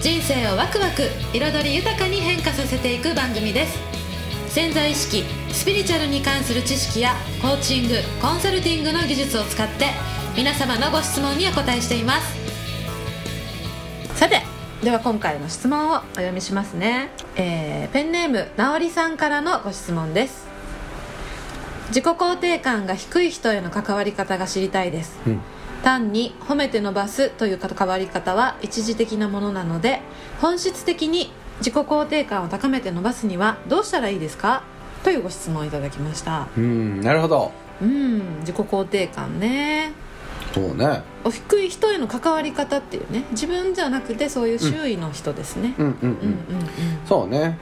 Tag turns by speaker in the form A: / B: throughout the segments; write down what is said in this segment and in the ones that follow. A: 人生をワクワク彩り豊かに変化させていく番組です潜在意識スピリチュアルに関する知識やコーチングコンサルティングの技術を使って皆様のご質問にお答えしていますさてでは今回の質問をお読みしますね、えーペンネームなおりさんからのご質問です自己肯定感が低い人への関わり方が知りたいです、
B: うん
A: 単に褒めて伸ばすという関わり方は一時的なものなので本質的に自己肯定感を高めて伸ばすにはどうしたらいいですかというご質問をいただきました
B: うんなるほど
A: うん自己肯定感ね
B: そうね
A: お低い人への関わり方っていうね自分じゃなくてそういう周囲の人ですね、
B: うんうんう
A: うん、
B: ん
A: うんうん
B: そうね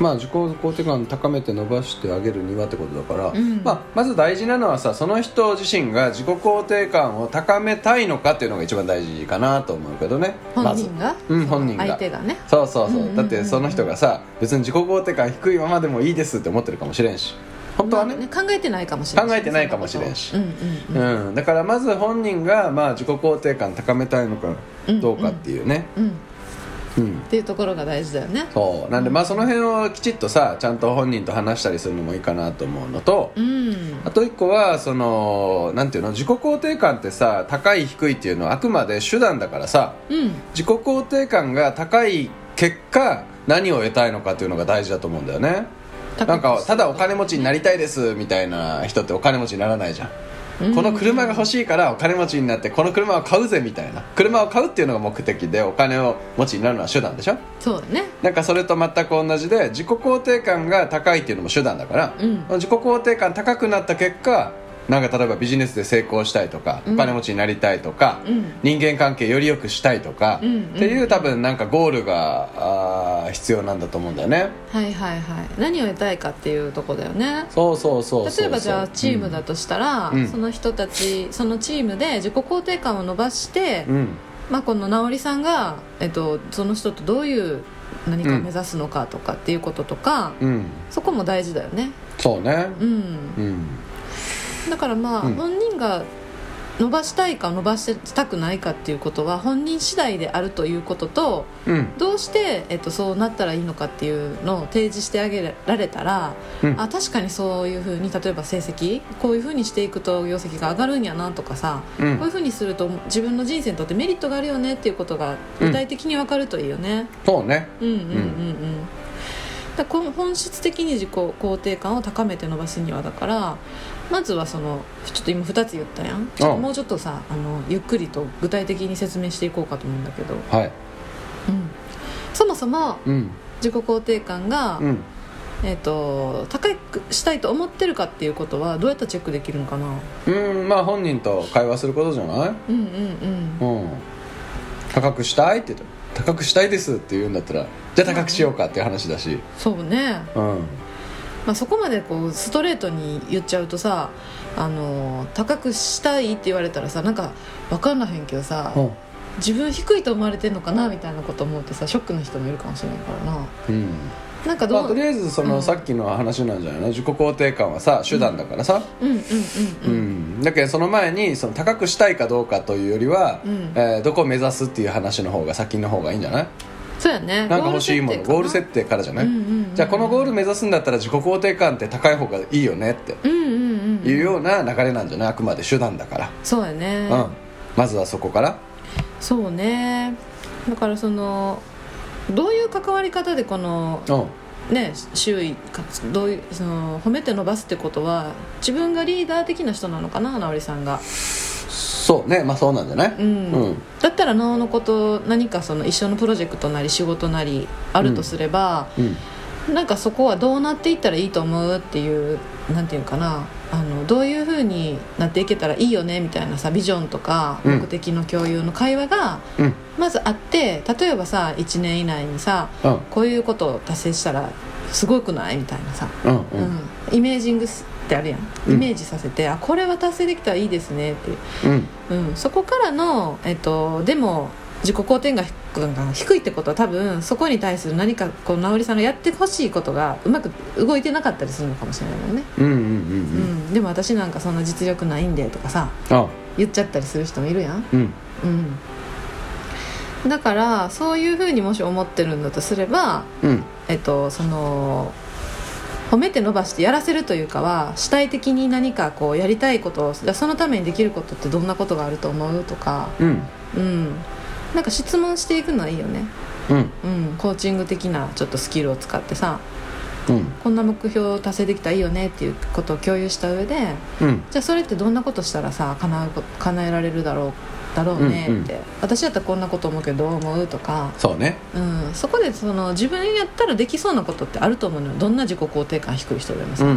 B: まあ自己肯定感高めて伸ばしてあげるにはってことだから、
A: うん
B: まあ、まず大事なのはさその人自身が自己肯定感を高めたいのかっていうのが一番大事かなと思うけどねま
A: 本
B: ず
A: 人が、
B: うん本人が
A: 相手がね
B: そうそうそう,、
A: うんうんうんうん
B: だってその人がさ別に自己肯定感低いままでもいいですって思ってるかもしれんし本当はね,、
A: まあ考えてないかもしれない
B: 考えてないかもしれんし
A: うんうんうん
B: うん、だからまず本人がまあ自己肯定感高めたいのかどうかっていうね、
A: うん、っ
B: うん
A: ていうところが大事だよね
B: そうなんでまあその辺をきちっとさちゃんと本人と話したりするのもいいかなと思うのと、
A: うん
B: あと一個はそのなんていうの自己肯定感ってさ高い低いっていうのはあくまで手段だからさ
A: うん
B: 自己肯定感が高い結果何を得たいのかっていうのが大事だと思うんだよねなんかただお金持ちになりたいですみたいな人ってお金持ちにならないじゃんこの車が欲しいからお金持ちになってこの車を買うぜみたいな車を買うっていうのが目的でお金を持ちになるのは手段でしょ
A: そうだね
B: なんかそれと全く同じで自己肯定感が高いっていうのも手段だから、
A: うん
B: 自己肯定感高くなった結果なんか例えばビジネスで成功したいとか、
A: うん
B: お金持ちになりたいとか、
A: うん
B: 人間関係より良くしたいとか、
A: うんうん
B: っていう多分なんかゴールがあー必要なんだと思うんだよね
A: はいはいはい何を得たいかっていうとこだよね
B: そうそうそうそう
A: 例えばじゃあチームだとしたら、
B: うん
A: その人たちそのチームで自己肯定感を伸ばして、
B: うん
A: まあ、この直りさんが、えっと、その人とどういう何かを目指すのかとかっていうこととか、
B: うん、うん
A: そこも大事だよね
B: そうね
A: うん
B: うん
A: だからまあ、
B: うん
A: 本人が伸ばしたいか伸ばしたくないかっていうことは本人次第であるということと
B: うん
A: どうして、えっと、そうなったらいいのかっていうのを提示してあげられたら、
B: うん
A: あ確かにそういうふうに例えば成績こういうふうにしていくと業績が上がるんやなとかさ、
B: うん
A: こういうふうにすると自分の人生にとってメリットがあるよねっていうことが具体的に分かるといいよね。
B: そうね
A: うんうんうんうんだからこう本質的に自己肯定感を高めて伸ばすにはだからまずはそのちょっと今2つ言ったやんちょっともうちょっとさあのゆっくりと具体的に説明していこうかと思うんだけど、
B: はい
A: うんそもそも
B: うん
A: 自己肯定感が、
B: うん
A: えー、と高くしたいと思ってるかっていうことはどうやったらチェックできるのかな
B: うんまあ本人と会話することじゃない
A: うんうんうん
B: うん高くしたいって言ったら高くしたいですって言うんだったらじゃあ高くしようかっていう話だし
A: そうね、
B: うん
A: まあ、そこまでこうストレートに言っちゃうとさあの高くしたいって言われたらさなんか分かんなへんけどさ
B: うん
A: 自分低いと思われてんのかなみたいなこと思ってさショックな人もいるかもしれないからな
B: うん
A: なんか
B: ま
A: ど
B: あ
A: う、
B: とりあえずその、
A: うん
B: さっきの話なんじゃないの自己肯定感はさ手段だからさ、
A: うんうん
B: う
A: うんんうん
B: だけどその前にその高くしたいかどうかというよりは、
A: うん
B: えーどこを目指すっていう話の方が先の方がいいんじゃない
A: そうやね
B: なんか欲しいものゴール設
A: 定
B: 定からじゃない、
A: うんうんうん
B: じゃあこのゴール目指すんだったら自己肯定感って高い方がいいよねって
A: うんうんうん
B: いう
A: うん
B: ような流れなんじゃないあくまで手段だから、
A: そうやね
B: うん、まずはそこから
A: そうねだからそのどういう関わり方でこの
B: うん
A: ね周囲かどういうその褒めて伸ばすってことは自分がリーダー的な人なのかな直りさんが、
B: そうねまあそうなんじゃない
A: うん
B: うん
A: だったらなおのこと何かその一緒のプロジェクトなり仕事なりあるとすれば、
B: うん
A: なんかそこはどうなっていったらいいと思うっていうなんていうかなあのどういうふうになっていけたらいいよねみたいなさビジョンとか
B: うん
A: 目的の共有の会話が
B: うん
A: まずあって例えばさ1年以内にさ
B: うん
A: こういうことを達成したらすごくないみたいなさ、
B: うん
A: う
B: うんん
A: イメージングスってあるやん
B: うん
A: イメージさせて、あこれは達成できたらいいですねっていう
B: うん
A: うん、そこからの、えっと、でも自己肯定感が低いってことは多分そこに対する何かこう直りさんのやってほしいことがうまく動いてなかったりするのかもしれないもんね、
B: うんうんうん
A: うんでも私なんかそんな実力ないんでとかさ
B: あ
A: 言っちゃったりする人もいるやん、
B: うん
A: うん、だからそういうふうにもし思ってるんだとすれば、
B: うん
A: えっと、その褒めて伸ばしてやらせるというかは主体的に何かこうやりたいことをじゃあそのためにできることってどんなことがあると思うとか
B: うん
A: うん、なんか質問していくのはいいよね、
B: うん
A: うん、コーチング的なちょっとスキルを使ってさ
B: うん
A: こんな目標を達成できたらいいよねっていうことを共有した上で
B: うん
A: じゃあそれってどんなことしたらさ叶うこ叶えられるだろうだろうねって、
B: うんうん
A: 私だったらこんなこと思うけどどう思うとか、
B: そうね
A: うん、そこでその自分やったらできそうなことってあると思うのよどんな自己肯定感低い人でも
B: う
A: さ、
B: ん
A: う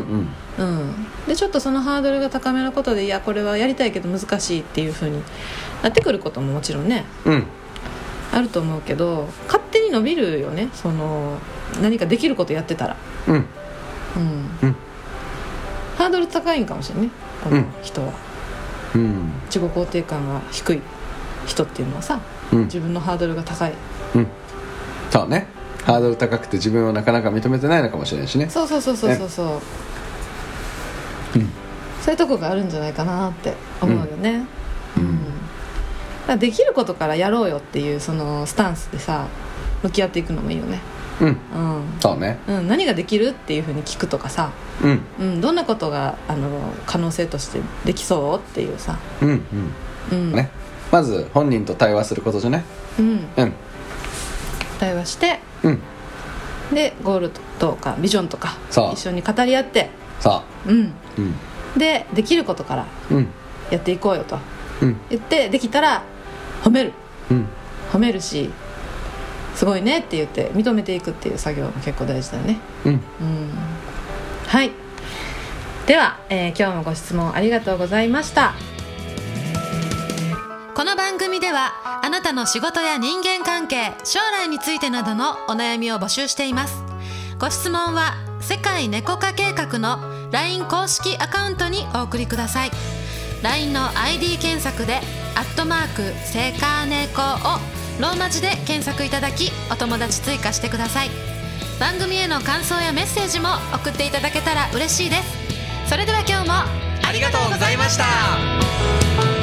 B: うんん
A: でちょっとそのハードルが高めのことでいやこれはやりたいけど難しいっていうふうになってくることももちろんね
B: うん
A: あると思うけど勝手に伸びるよねその何かできることやってたら、
B: うん
A: うん
B: うん
A: ハードル高いんかもしれないこの
B: うん
A: 人は、
B: うん
A: 自己肯定感が低い人っていうのはさ
B: うん
A: 自分のハードルが高い
B: そうねハードル高くて自分をなかなか認めてないのかもしれないしね
A: そうそうそうそうそうそう、
B: うん
A: そういうとこがあるんじゃないかなって思うよね、
B: うん
A: だからできることからやろうよっていうそのスタンスでさ向き合っていくのもいいよね
B: うん
A: うん、
B: そうね
A: うん、何ができるっていうふうに聞くとかさ
B: うん
A: うん、どんなことがあの可能性としてできそうっていうさ、
B: うん
A: うん
B: うんねまず本人と対話することじゃね
A: うん、
B: うん
A: 対話して
B: うん
A: でゴールとかビジョンとか
B: そう
A: 一緒に語り合って、
B: そ
A: うん、
B: ううん
A: でできることから
B: うん
A: やっていこうよと
B: うん
A: 言ってできたら褒める
B: うん
A: 褒めるしすごいねって言って認めていくっていう作業も結構大事だよね、
B: うん
A: うん、はいでは、えー今日もご質問ありがとうございましたこの番組ではあなたの仕事や人間関係将来についてなどのお悩みを募集していますご質問は世界猫化計画の LINE 公式アカウントにお送りください LINE の ID 検索で「アットマークセカネコ」をローマ字で検索いただきお友達追加してください番組への感想やメッセージも送っていただけたら嬉しいですそれでは今日も
B: ありがとうございました